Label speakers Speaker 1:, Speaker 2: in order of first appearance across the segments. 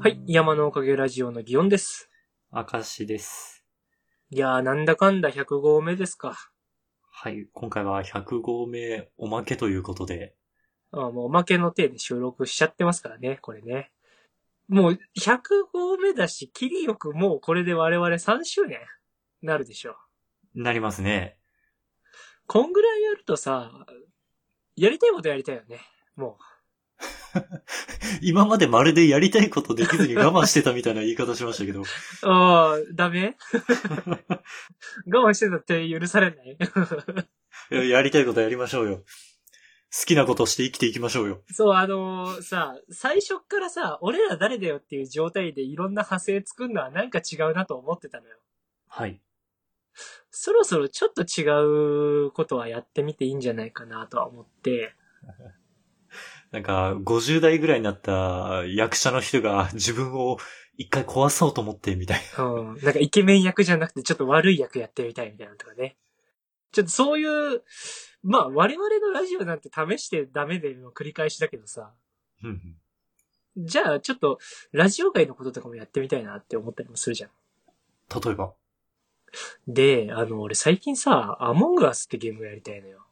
Speaker 1: はい。山のおかげラジオの祇園です。
Speaker 2: 明石です。
Speaker 1: いやー、なんだかんだ100号目ですか。
Speaker 2: はい。今回は100号目おまけということで。
Speaker 1: あもうおまけの手で収録しちゃってますからね、これね。もう100号目だし、キリよくもうこれで我々3周年なるでしょ。
Speaker 2: なりますね。
Speaker 1: こんぐらいやるとさ、やりたいことやりたいよね。も
Speaker 2: 今までまるでやりたいことできずに我慢してたみたいな言い方しました けど。
Speaker 1: う。ああ、ダメ 我慢してたって許されない
Speaker 2: いややりたいことやりましょうよ。好きなことして生きていきましょうよ。
Speaker 1: そう、あのーさ、最初っからさ、俺ら誰だよっていう状態でいろんな派生作るのはなんか違うなと思ってたのよ。
Speaker 2: はい。
Speaker 1: そろそろちょっと違うことはやってみていいんじゃないかなとは思って、
Speaker 2: なんか、50代ぐらいになった役者の人が自分を一回壊そうと思ってみたい
Speaker 1: うん、なんかイケメン役じゃなくてちょっと悪い役やってみたいみたいなのとかね。ちょっとそういう、まあ我々のラジオなんて試してダメでの繰り返しだけどさ、
Speaker 2: な。うん
Speaker 1: じゃあちょっとラジオ界のこととかもやってみたいなって思ったりもするじゃん。
Speaker 2: 例えば。
Speaker 1: で、あの、俺最近さ、アモングアスってゲームやりたいのよ。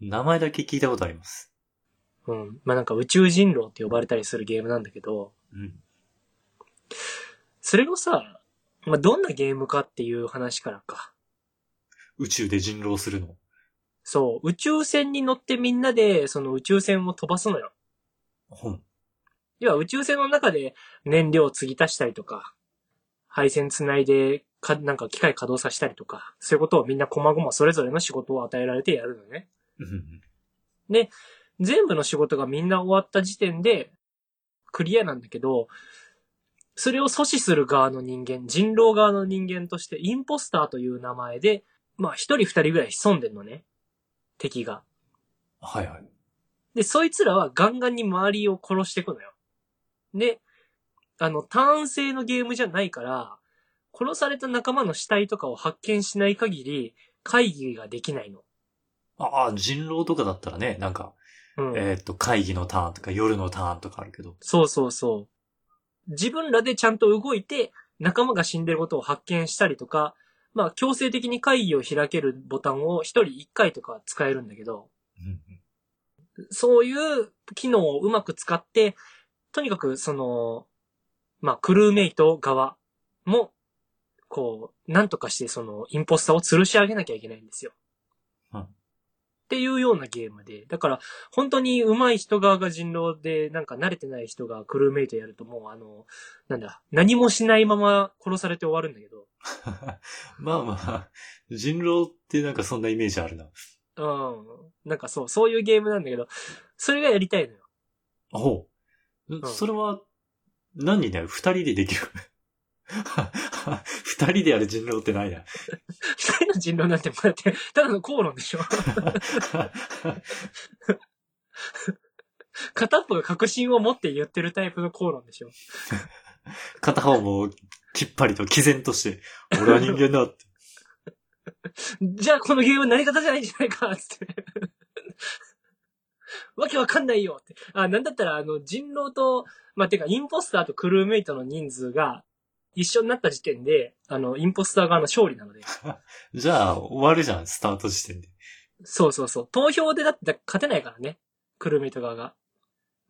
Speaker 2: 名前だけ聞いたことあります。
Speaker 1: うん。まあなんか宇宙人狼って呼ばれたりするゲームなんだけど、
Speaker 2: うん。
Speaker 1: それをさ、まあ、どんなゲームかっていう話からか。
Speaker 2: 宇宙で人狼するの。
Speaker 1: そう、宇宙船に乗ってみんなで、その宇宙船を飛ばすのよ。
Speaker 2: 本。
Speaker 1: 要は宇宙船の中で燃料を継ぎ足したりとか、配線繋いで、か、なんか機械稼働させたりとか、そういうことをみんな細々それぞれの仕事を与えられてやるのね。
Speaker 2: うん。
Speaker 1: 全部の仕事がみんな終わった時点で、クリアなんだけど、それを阻止する側の人間、人狼側の人間として、インポスターという名前で、まあ一人二人ぐらい潜んでんのね。敵が。
Speaker 2: はいはい。
Speaker 1: で、そいつらはガンガンに周りを殺していくのよ。で、あの、ターン制のゲームじゃないから、殺された仲間の死体とかを発見しない限り、会議ができないの。
Speaker 2: ああ、人狼とかだったらね、なんか、
Speaker 1: うん。
Speaker 2: えーっと、会議のターンとか夜のターンとかあるけど。
Speaker 1: そうそうそう。自分らでちゃんと動いて、仲間が死んでることを発見したりとか、まあ、強制的に会議を開けるボタンを一人一回とか使えるんだけど、そういう機能をうまく使って、とにかくその、まあ、クルーメイト側も、こう、なんとかしてそのインポスターを吊るし上げなきゃいけないんですよ。
Speaker 2: うん
Speaker 1: っていうようなゲームで。だから、本当に上手い人側が人狼で、なんか慣れてない人がクルーメイトやるともう、あの、なんだ、何もしないまま殺されて終わるんだけど。
Speaker 2: まあまあ、人狼ってなんかそんなイメージあるな。
Speaker 1: うん。なんかそう、そういうゲームなんだけど、それがやりたいのよ。
Speaker 2: あほう。
Speaker 1: ん
Speaker 2: それは、何人だよ二人でできる。二人でやる人狼ってない な。
Speaker 1: 二人の人狼なんて、こうやって、ただの口論でしょ。片っぽが確信を持って言ってるタイプの口論でしょ。
Speaker 2: 片方もきっぱりと毅然として、俺は人間だって。
Speaker 1: じゃあこのゲーム成り方じゃないんじゃないか、つって。わけわかんないよって。あ、なんだったら、あの、人狼と、まあ、てか、インポスターとクルーメイトの人数が一緒になった時点で、あの、インポスター側の勝利なので。
Speaker 2: じゃあ、終わるじゃん、スタート時点で。
Speaker 1: そうそうそう。投票でだって勝てないからね。クルーメイト側が。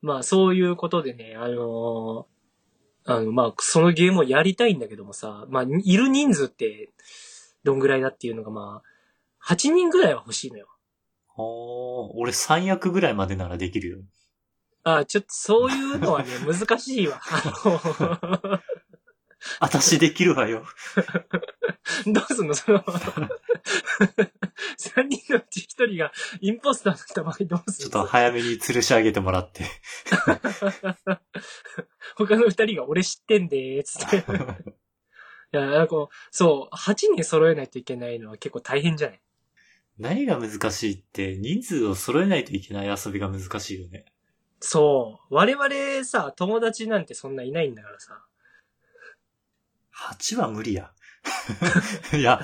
Speaker 1: まあ、そういうことでね、あのーあの、まあ、そのゲームをやりたいんだけどもさ、まあ、にいる人数って、どんぐらいだっていうのが、まあ、8人ぐらいは欲しいのよ。
Speaker 2: おー、俺三役ぐらいまでならできるよ。
Speaker 1: ああ、ちょっとそういうのは ね、難しいわ。あ
Speaker 2: 私できるわよ。
Speaker 1: の、どうすんのその、3人のうち1人がインポスターだった場合どうす
Speaker 2: ちょ
Speaker 1: る
Speaker 2: っと早めに吊るし上げてもらって。
Speaker 1: 他の2人が俺知ってんでー、 つって。いや、なんかこう、そう、8人揃えないといけないのは結構大変じゃない
Speaker 2: 何が難しいって、人数を揃えないといけない遊びが難しいよね。
Speaker 1: そう。我々さ、友達なんてそんないないんだからさ。
Speaker 2: 8は無理や。 いや、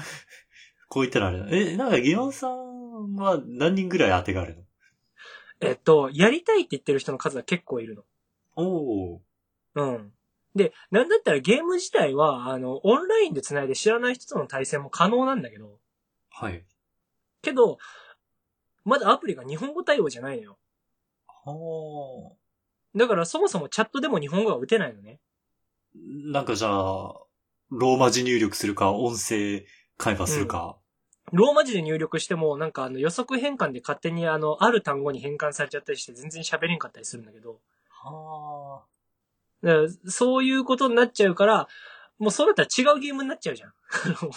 Speaker 2: こう言ったらあれだ。え、なんか、ギオンさんは何人ぐらい当てがあるの
Speaker 1: えっと、やりたいって言ってる人の数は結構いるの。
Speaker 2: おお。
Speaker 1: うん。で、なんだったらゲーム自体は、あの、オンラインで繋いで知らない人との対戦も可能なんだけど、
Speaker 2: はい。
Speaker 1: けど、まだアプリが日本語対応じゃないのよ。
Speaker 2: は
Speaker 1: だからそもそもチャットでも日本語は打てないのね。
Speaker 2: あ。なんかじゃあ、ローマ字入力するか、音声会話するか。
Speaker 1: ローマ字で入力しても、なんかあの予測変換で勝手にあの、ある単語に変換されちゃったりして全然喋れんかったりするんだけど、
Speaker 2: は
Speaker 1: だからそういうことになっちゃうから、もうそうなったら違うゲームになっちゃうじゃん。あ の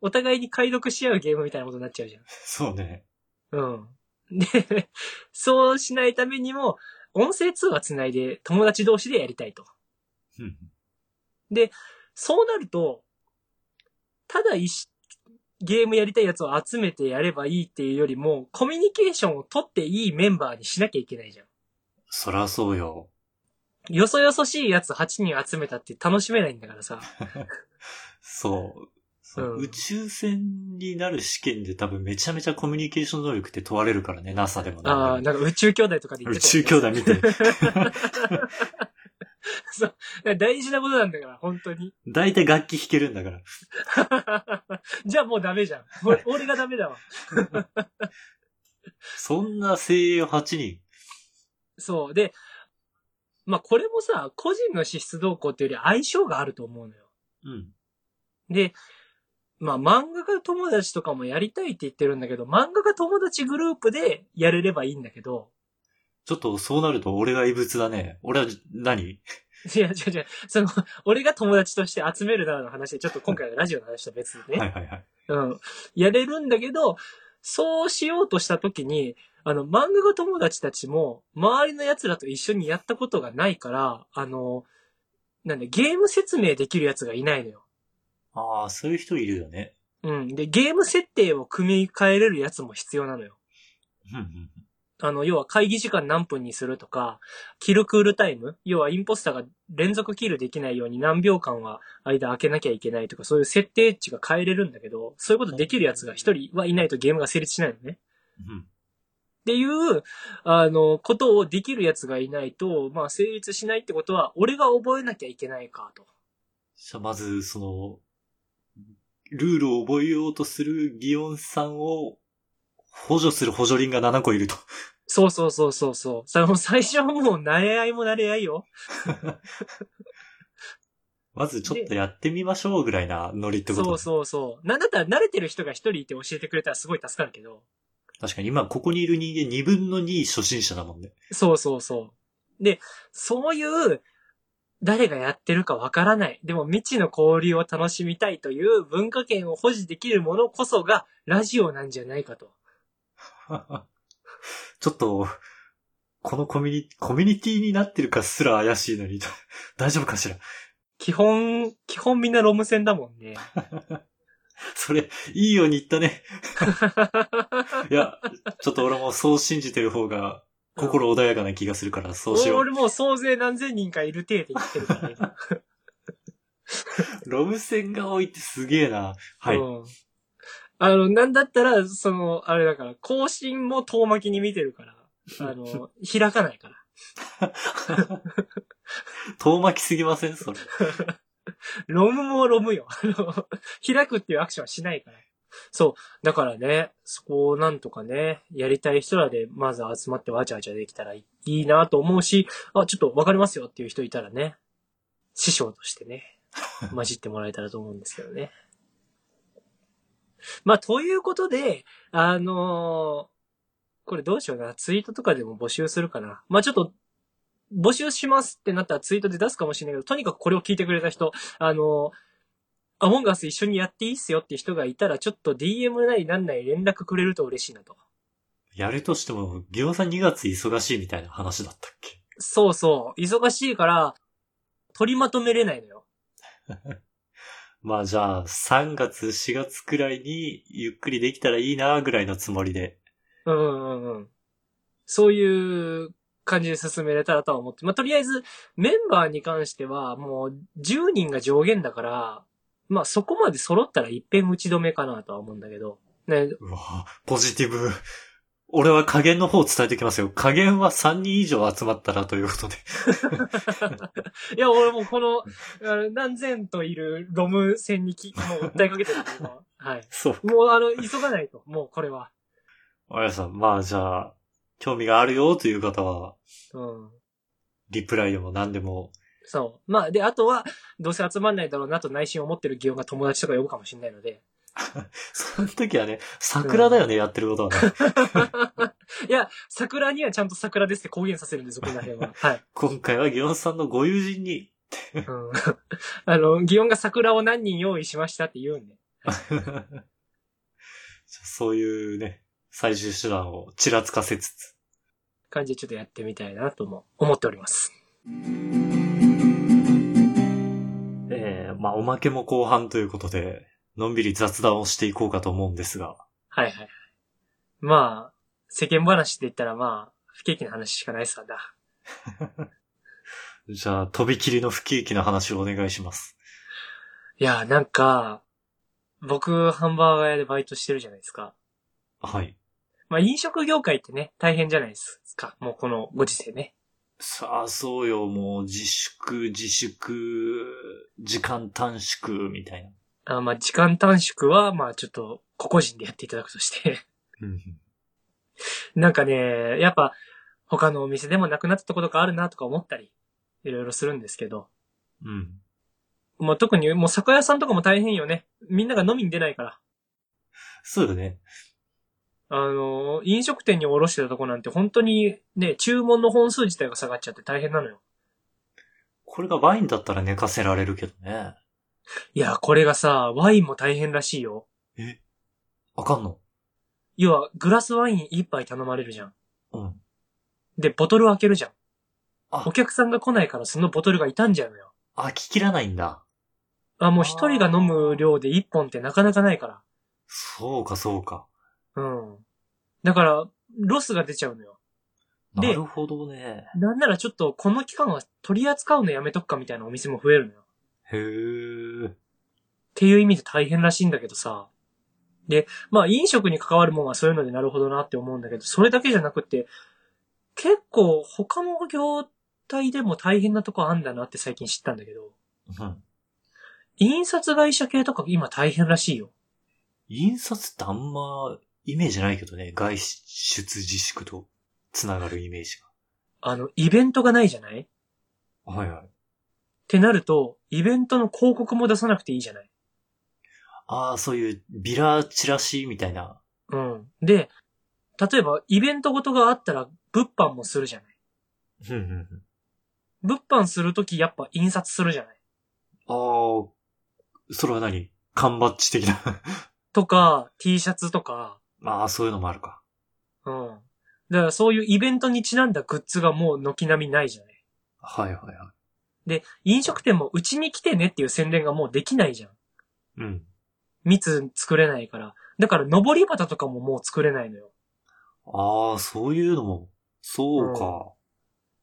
Speaker 1: お互いに解読し合うゲームみたいなことになっちゃうじゃん。
Speaker 2: あ。そうね。
Speaker 1: うん。で、 そうしないためにも、音声通話つないで友達同士でやりたいと。
Speaker 2: うん。
Speaker 1: そうなると、ただ一ゲームやりたいやつを集めてやればいいっていうよりも、コミュニケーションを取っていいメンバーにしなきゃいけないじゃん。
Speaker 2: そらそうよ。
Speaker 1: よそよそしいやつ8人集めたって楽しめないんだからさ。
Speaker 2: そう。そう
Speaker 1: うん
Speaker 2: 宇宙船になる試験で多分めちゃめちゃコミュニケーション能力って問われるからね、NASA でもなんでも
Speaker 1: ああ、なんか宇宙兄弟とかで言っ
Speaker 2: 宇
Speaker 1: てた、
Speaker 2: 宙兄弟みたい。
Speaker 1: 弟。大事なことなんだから、本当に。
Speaker 2: 大体楽器弾けるんだから。
Speaker 1: じゃあもうダメじゃん。俺俺がダメだわ。
Speaker 2: そんな精鋭8人。
Speaker 1: そう。で、まあこれもさ、個人の資質動向っていうより相性があると思うのよ。
Speaker 2: うん。
Speaker 1: で、まあ漫画家友達とかもやりたいって言ってるんだけど、漫画家友達グループでやれればいいんだけど、
Speaker 2: ちょっとそうなると俺が異物だね。俺は何、
Speaker 1: いや違う違う、その、俺が友達として集めるならの話で、ちょっと今回のラジオの話とは別でね、
Speaker 2: はいはいはい。
Speaker 1: うん、やれるんだけど、そうしようとした時に、あの、漫画家友達たちも、周りの奴らと一緒にやったことがないから、あの、なんだ、ゲーム説明できる奴がいないのよ。
Speaker 2: ああ、そういう人いるよね。
Speaker 1: うん。で、ゲーム設定を組み替えれるやつも必要なのよ。
Speaker 2: うんうん。
Speaker 1: あの、要は会議時間何分にするとか、キルクールタイム要はインポスターが連続キルできないように何秒間は間空けなきゃいけないとか、そういう設定値が変えれるんだけど、そういうことできるやつが一人はいないとゲームが成立しないのね。
Speaker 2: うん。
Speaker 1: っていう、あの、ことをできるやつがいないと、まあ成立しないってことは、俺が覚えなきゃいけないかと。
Speaker 2: じゃあまず、その、ルールを覚えようとするギオンさんを補助する補助輪が7個いると。
Speaker 1: そうそうそうそうそう。さもう最初はもう慣れ合いも慣れ合いよ。
Speaker 2: まずちょっとやってみましょうぐらいなノリってこと、
Speaker 1: そうそうそう。なんだったら慣れてる人が一人いて教えてくれたらすごい助かるけど。
Speaker 2: 確かに今ここにいる人間2分の2初心者だも んね。
Speaker 1: そうそうそう。で、そういう、誰がやってるかわからない。でも未知の交流を楽しみたいという文化圏を保持できるものこそがラジオなんじゃないかと。
Speaker 2: ちょっと、このコミュニ、コミュニティになってるかすら怪しいのに、 大丈夫かしら
Speaker 1: 基本、基本みんなロム線だもんね。
Speaker 2: それ、いいように言ったね。いや、ちょっと俺もそう信じてる方が、心穏やかな気がするから、そうしよう
Speaker 1: 俺。もう総勢何千人かいる体で言ってるからね。
Speaker 2: ロム線が多いってすげえな。 はい。
Speaker 1: うんあの、なんだったら、その、あれだから、更新も遠巻きに見てるから、あの、開かないから。
Speaker 2: 遠巻きすぎませんそれ。
Speaker 1: ロムもロムよ。あの開くっていうアクションはしないから。そう。だからね、そこをなんとかね、やりたい人らで、まず集まってわちゃわちゃできたらいいなと思うし、あ、ちょっとわかりますよっていう人いたらね、師匠としてね、混じってもらえたらと思うんですけどね。まあ、ということで、あのーこれどうしような。ツイートとかでも募集するかな。まあ、ちょっと、募集しますってなったらツイートで出すかもしれないけど、とにかくこれを聞いてくれた人、あの、アモンガス一緒にやっていいっすよっていう人がいたら、ちょっと DM なりなんなり連絡くれると嬉しいなと。
Speaker 2: やるとしても、ギオさん2月忙しいみたいな話だったっけ
Speaker 1: そうそう。忙しいから、取りまとめれないのよ。
Speaker 2: まあじゃあ、3月、4月くらいに、ゆっくりできたらいいな、ぐらいのつもりで。
Speaker 1: うんうんうんうん。そういう感じで進めれたらとは思って。まあ、とりあえず、メンバーに関しては、もう10人が上限だから、まあ、そこまで揃ったら一遍打ち止めかなとは思うんだけど。ね、
Speaker 2: うわポジティブ。俺は加減の方を伝えておきますよ。加減は3人以上集まったらということで。
Speaker 1: いや、俺もうこの、あの何千といるロム戦にき、もう訴えかけてる今は。はい。
Speaker 2: そう。
Speaker 1: もうあの、急がないと。もうこれは。
Speaker 2: あやさん、まあじゃあ、興味があるよという方は、
Speaker 1: うん。
Speaker 2: リプライでも何でも、
Speaker 1: そう。まあ、で、あとは、どうせ集まんないだろうなと内心思ってる祇園が友達とか呼ぶかもしれないので。
Speaker 2: その時はね、桜だよね、やってることはね。
Speaker 1: いや、桜にはちゃんと桜ですって公言させるんですよ、この辺は。 はい。
Speaker 2: 今回はギオンさんのご友人に、
Speaker 1: うん。 あの、祇園が桜を何人用意しましたって言うんで。
Speaker 2: じゃあそういうね、最終手段をちらつかせつつ。
Speaker 1: 感じでちょっとやってみたいなとも思っております。
Speaker 2: えー、まあおまけも後半ということで、のんびり雑談をしていこうかと思うんですが。
Speaker 1: はいはいはい。まあ、世間話で言ったらまあ、不景気な話しかないっすからな。
Speaker 2: じゃあ、飛び切りの不景気な話をお願いします。
Speaker 1: いや、なんか、僕、ハンバーガー屋でバイトしてるじゃないですか。
Speaker 2: はい。
Speaker 1: まあ、飲食業界ってね、大変じゃないですか。もうこのご時世ね。
Speaker 2: さあ、そうよ、もう、自粛、自粛、時間短縮、みたいな。
Speaker 1: あまあ、時間短縮は、まあ、ちょっと、個々人でやっていただくとして。 なんかね、やっぱ、他のお店でもなくなったところがあるなとか思ったり、いろいろするんですけど。
Speaker 2: うん。
Speaker 1: まあ、特に、もう酒屋さんとかも大変よね。みんなが飲みに出ないから。
Speaker 2: そうよね。
Speaker 1: あの、飲食店におろしてたとこなんて本当にね、注文の本数自体が下がっちゃって大変なのよ。
Speaker 2: これがワインだったら寝かせられるけどね。
Speaker 1: いや、これがさ、ワインも大変らしいよ。
Speaker 2: あかんの
Speaker 1: 要は、グラスワイン一杯頼まれるじゃん。
Speaker 2: うん。
Speaker 1: で、ボトル開けるじゃん
Speaker 2: あ。
Speaker 1: お客さんが来ないからそのボトルが傷んじゃうのよ。
Speaker 2: 飽ききらないんだ。
Speaker 1: あ、もう一人が飲む量で一本ってなかなかないか
Speaker 2: そうか、そうか。
Speaker 1: ら。うん。だから、ロスが出ちゃうのよ。
Speaker 2: な
Speaker 1: で
Speaker 2: るほどね。
Speaker 1: なんならちょっと、この期間は取り扱うのやめとくかみたいなお店も増えるのよ。
Speaker 2: へえ。
Speaker 1: っていう意味で大変らしいんだけどさ。で、まあ飲食に関わるもんはそういうのでなるほどなって思うんだけど、それだけじゃなくて、結構他の業態でも大変なとこあんだなって最近知ったんだけど、
Speaker 2: うん。
Speaker 1: 印刷会社系とか今大変らしいよ。
Speaker 2: 印刷ってあんま、イメージないけどね。外出自粛と、つながるイメージ
Speaker 1: あの、イベントがないじゃないっ
Speaker 2: が。はいはい。
Speaker 1: てなると、イベントの広告も出さなくていいじゃない
Speaker 2: ああ、そういう、ビラチラシみたいな。
Speaker 1: うん。で、例えばイベントごとがあったら物販もするじゃない
Speaker 2: うんうんうん。
Speaker 1: 物販するときやっぱ印刷するじゃない
Speaker 2: ああ、それは何缶バッジ的な。
Speaker 1: とか、T シャツとか、
Speaker 2: まあ、そういうのもあるか。
Speaker 1: うん。だからそういうイベントにちなんだグッズがもう軒並みないじゃない。
Speaker 2: はいはいは
Speaker 1: で、飲食店もうちに来てねっていう宣伝がもうできないじゃん。
Speaker 2: い。うん。
Speaker 1: 密作れないから。だから、登り旗とかももう作れないのよ。
Speaker 2: ああ、そういうのも。そうか。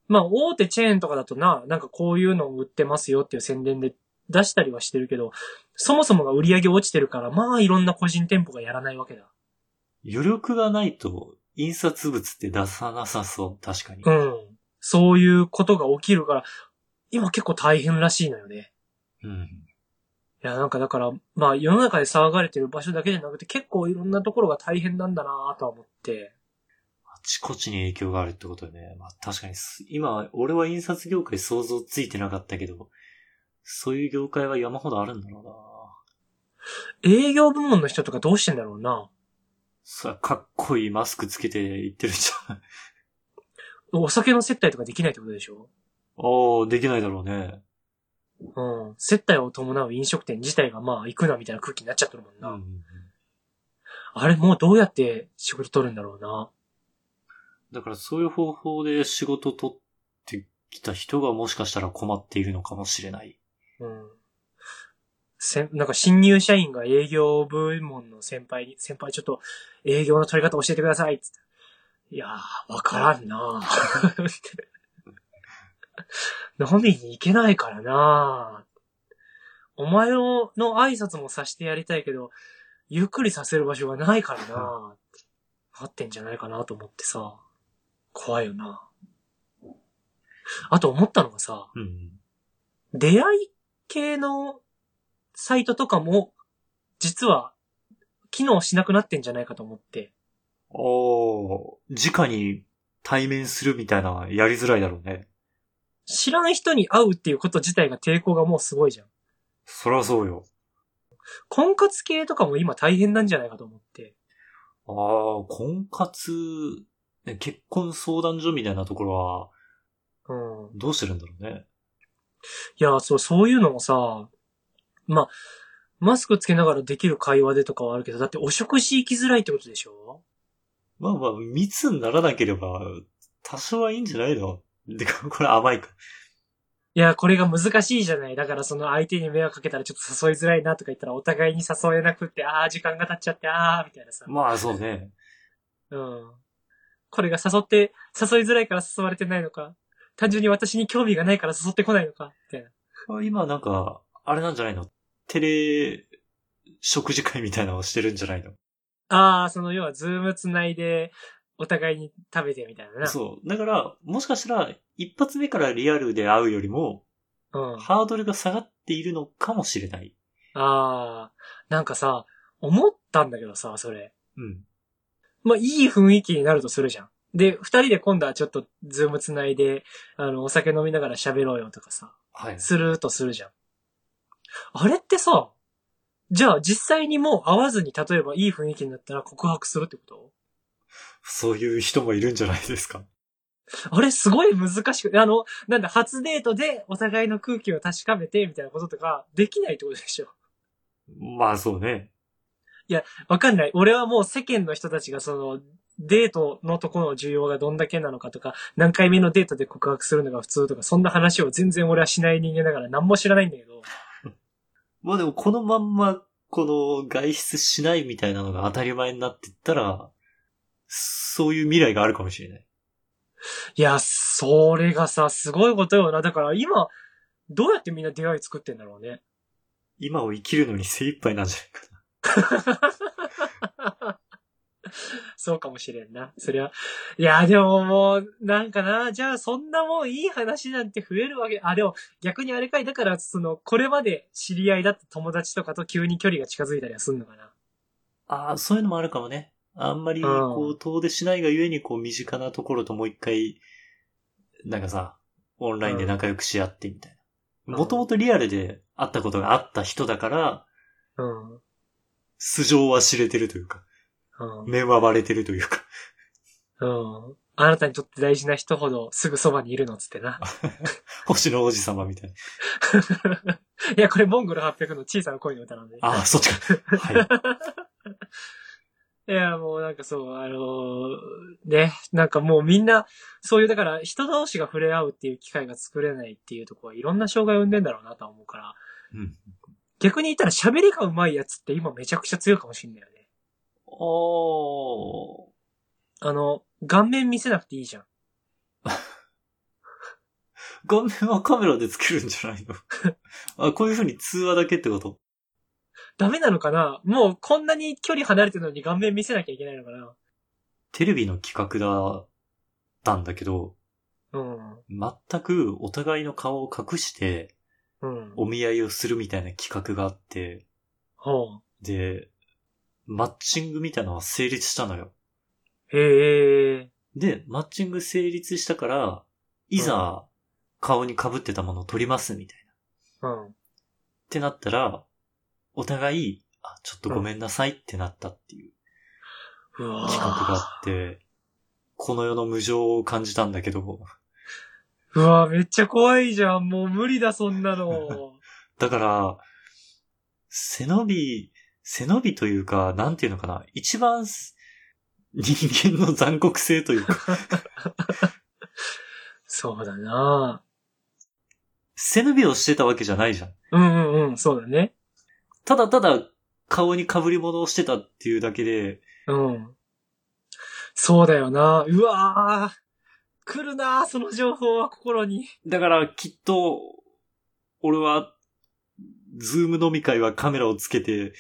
Speaker 1: まあ、大手チェーンとかだとな、なんかこういうのを売ってますよっていう宣伝で出したりはしてるけど、そもそもが売り上げ落ちてるから、まあいろんな個人店舗がやらないわけだ。
Speaker 2: 余力がないと、印刷物って出さなさそう。確かに。
Speaker 1: うん。そういうことが起きるから、今結構大変らしいのよね。
Speaker 2: うん。
Speaker 1: いや、なんかだから、まあ世の中で騒がれてる場所だけじゃなくて結構いろんなところが大変なんだなとは思って。
Speaker 2: あちこちに影響があるってことよね。まあ確かにす、今、俺は印刷業界想像ついてなかったけど、そういう業界は山ほどあるんだろうな。
Speaker 1: 営業部門の人とかどうしてんだろうな。
Speaker 2: さ、かっこいいマスクつけて行ってるじゃん。
Speaker 1: お酒の接待とかできないってことでしょ
Speaker 2: ああ、できないだろうね。
Speaker 1: うん。接待を伴う飲食店自体がまあ行くなみたいな空気になっちゃってるもんな。
Speaker 2: ん。
Speaker 1: あれもうどうやって仕事取るんだろうな。
Speaker 2: だからそういう方法で仕事取ってきた人がもしかしたら困っているのかもしれない。
Speaker 1: うん。せん、なんか新入社員が営業部門の先輩に、先輩ちょっと営業の取り方教えてくださいっつって。いやー、わからんなぁ。飲みに行けないからなぁ。お前のの挨拶もさせてやりたいけど、ゆっくりさせる場所がないからなぁ。なってんじゃないかなと思ってさ、怖いよな。あと思ったのがさ、
Speaker 2: うん。
Speaker 1: 出会い系のサイトとかも、実は、機能しなくなってんじゃないかと思って。
Speaker 2: おー、直に対面するみたいな、やりづらいだろうね。
Speaker 1: 知らん人に会うっていうこと自体が抵抗がもうすごいじゃん。
Speaker 2: そりゃそうよ。
Speaker 1: 婚活系とかも今大変なんじゃないかと思って。
Speaker 2: ああ、婚活、ね結婚相談所みたいなところは、
Speaker 1: うん。
Speaker 2: どうしてるんだろうね。
Speaker 1: いや、そう、そういうのもさ、まあ、マスクつけながらできる会話でとかはあるけど、だってお食事行きづらいってことでしょ
Speaker 2: まあまあ、密にならなければ、多少はいいんじゃないので、 これ甘いか。
Speaker 1: いや、これが難しいじゃない。だからその相手に迷惑かけたらちょっと誘いづらいなとか言ったらお互いに誘えなくって、ああ、時間が経っちゃって、ああ、みたいなさ。
Speaker 2: まあそうね。
Speaker 1: うん。これが誘って、誘いづらいから誘われてないのか、単純に私に興味がないから誘ってこないのか、みたいな。
Speaker 2: 今なんか、あれなんじゃないのテレ、食事会みたいなのをしてるんじゃないの
Speaker 1: ああ、その要はズーム繋いで、お互いに食べてみたいなな。
Speaker 2: そう。だから、もしかしたら、一発目からリアルで会うよりも、
Speaker 1: うん。
Speaker 2: ハードルが下がっているのかもしれない。
Speaker 1: ああ、なんかさ、思ったんだけどさ、それ。
Speaker 2: うん。
Speaker 1: まあ、いい雰囲気になるとするじゃん。で、二人で今度はちょっとズーム繋いで、あの、お酒飲みながら喋ろうよとかさ、
Speaker 2: はい。
Speaker 1: するとするじゃん。あれってさ、じゃあ実際にもう会わずに、例えばいい雰囲気になったら告白するってこと
Speaker 2: そういう人もいるんじゃないですか。
Speaker 1: あれすごい難しくて、あの、なんだ、初デートでお互いの空気を確かめて、みたいなこととか、できないってことでしょ
Speaker 2: まあそうね。
Speaker 1: わかんない。俺はもう世間の人たちがその、デートのところの需要がどんだけなのかとか、何回目のデートで告白するのが普通とか、そんな話を全然俺はしない人間だから何も知らないんだけど。
Speaker 2: まあでもこのまんま、この外出しないみたいなのが当たり前になってったら、そういう未来があるかもしれない。
Speaker 1: いや、それがさ、すごいことよな。だから今、どうやってみんな出会い作ってんだろうね。
Speaker 2: 今を生きるのに精一杯なんじゃないかな。
Speaker 1: そうかもしれんな。そりゃ。いや、でももう、なんかな、じゃあそんなもんいい話なんて増えるわけ。あ、でも逆にあれかい。だから、その、これまで知り合いだった友達とかと急に距離が近づいたりはすんのかな。
Speaker 2: ああ、そういうのもあるかもね。あんまり、
Speaker 1: うん
Speaker 2: こう、遠出しないがゆえに、こう、身近なところともう一回、なんかさ、オンラインで仲良くし合ってみたい
Speaker 1: うん
Speaker 2: な。もともとリアルで会ったことがあった人だから、
Speaker 1: うん。
Speaker 2: 素性は知れてるというか、
Speaker 1: う
Speaker 2: 目は割れてるというか。
Speaker 1: ん。うん。あなたにとって大事な人ほどすぐそばにいるのっつってな。
Speaker 2: 星の王子様みたいな。
Speaker 1: いや、これモンゴル800の小さな恋の歌なんで。
Speaker 2: ああ、そっちか。はい。
Speaker 1: いや、もうなんかそう、あのーね、なんかもうみんな、そういう、だから人同士が触れ合うっていう機会が作れないっていうところはいろんな障害を生んでんだろうなとは思うから。
Speaker 2: うん。
Speaker 1: 逆に言ったら喋りが上手いやつって今めちゃくちゃ強いかもしんないよね。
Speaker 2: おー。
Speaker 1: あの、顔面見せなくていいじゃん。
Speaker 2: 画面はカメラでつけるんじゃないの あ、こういう風に通話だけってこと
Speaker 1: ダメなのかなもうこんなに距離離れてるのに顔面見せなきゃいけないのかな
Speaker 2: テレビの企画だったんだけど、
Speaker 1: うん。
Speaker 2: 全くお互いの顔を隠して
Speaker 1: うん。
Speaker 2: お見合いをするみたいな企画があって、
Speaker 1: ほう。
Speaker 2: で、マッチングみたいなのは成立したのよ。
Speaker 1: へえ。
Speaker 2: で、マッチング成立したから、いざ顔に被ってたものを取りますみたいな。っ
Speaker 1: うん。
Speaker 2: てなったら、お互い、あ、ちょっとごめんなさいってなったっていう。
Speaker 1: うわ
Speaker 2: 企画があって、この世の無情を感じたんだけど、
Speaker 1: うわめっちゃ怖いじゃん。もう無理だ、そんなの。
Speaker 2: だから、背伸び、背伸びというか、なんていうのかな、一番す人間の残酷性というか、
Speaker 1: そうだな
Speaker 2: 背伸びをしてたわけじゃないじゃん。
Speaker 1: うんうんうん、そうだね。
Speaker 2: ただただ顔に被り物をしてたっていうだけで、
Speaker 1: うん。そうだよなうわ来るなその情報は心に。
Speaker 2: だからきっと、俺は、ズーム飲み会はカメラをつけて、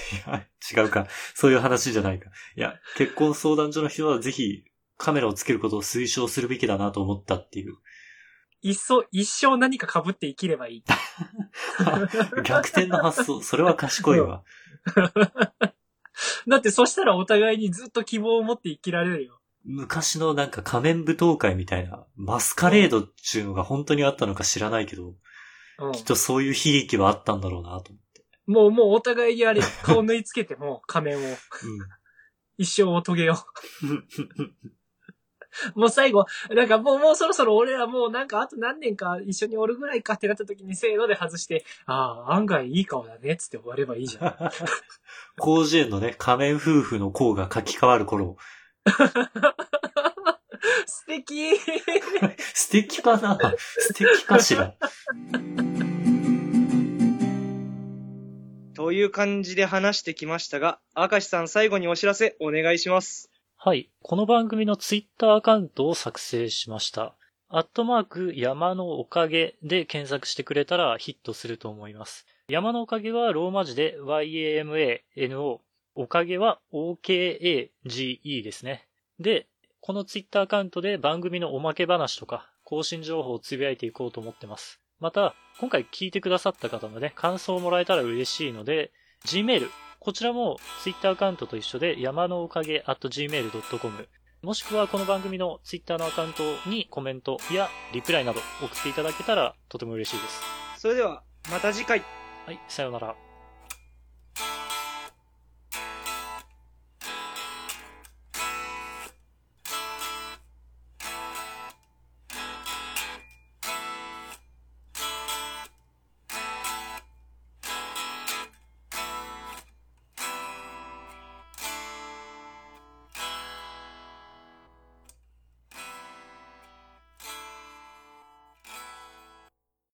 Speaker 2: 違うか。そういう話じゃないか。いや、結婚相談所の人はぜひカメラをつけることを推奨するべきだなと思ったっていう。
Speaker 1: 一層、一生何か被って生きればいい。
Speaker 2: 逆転の発想。それは賢いわ。
Speaker 1: だってそしたらお互いにずっと希望を持って生きられるよ。
Speaker 2: 昔のなんか仮面舞踏会みたいな、マスカレードっていうのが本当にあったのか知らないけど、
Speaker 1: うん
Speaker 2: きっとそういう悲劇はあったんだろうなと。
Speaker 1: もう、もうお互いにあれ、顔縫い付けてもう仮面を、一生を遂げよ
Speaker 2: うん。
Speaker 1: う。もう最後、なんかもう、もうそろそろ俺らもうなんかあと何年か一緒におるぐらいかってなった時にせーので外して、ああ、案外いい顔だね、つって終わればいいじゃん。
Speaker 2: 広辞苑のね、仮面夫婦の項が書き換わる頃、
Speaker 1: 素敵
Speaker 2: 素敵かな素敵かしら
Speaker 3: という感じで話してきましたが、明石さん最後にお知らせお願いします。
Speaker 4: はい。この番組のツイッターアカウントを作成しました。アットマーク山のおかげで検索してくれたらヒットすると思います。山のおかげはローマ字で YAMANO。おかげは OKAGE ですね。で、このツイッターアカウントで番組のおまけ話とか更新情報をつぶやいていこうと思ってます。また、今回聞いてくださった方のね、感想をもらえたら嬉しいので、Gmail、こちらも Twitter アカウントと一緒で山のおかげ at gmail.com もしくはこの番組の Twitter のアカウントにコメントやリプライなど送っていただけたらとても嬉しいです。
Speaker 3: それでは、また次回。
Speaker 4: はい、さようなら。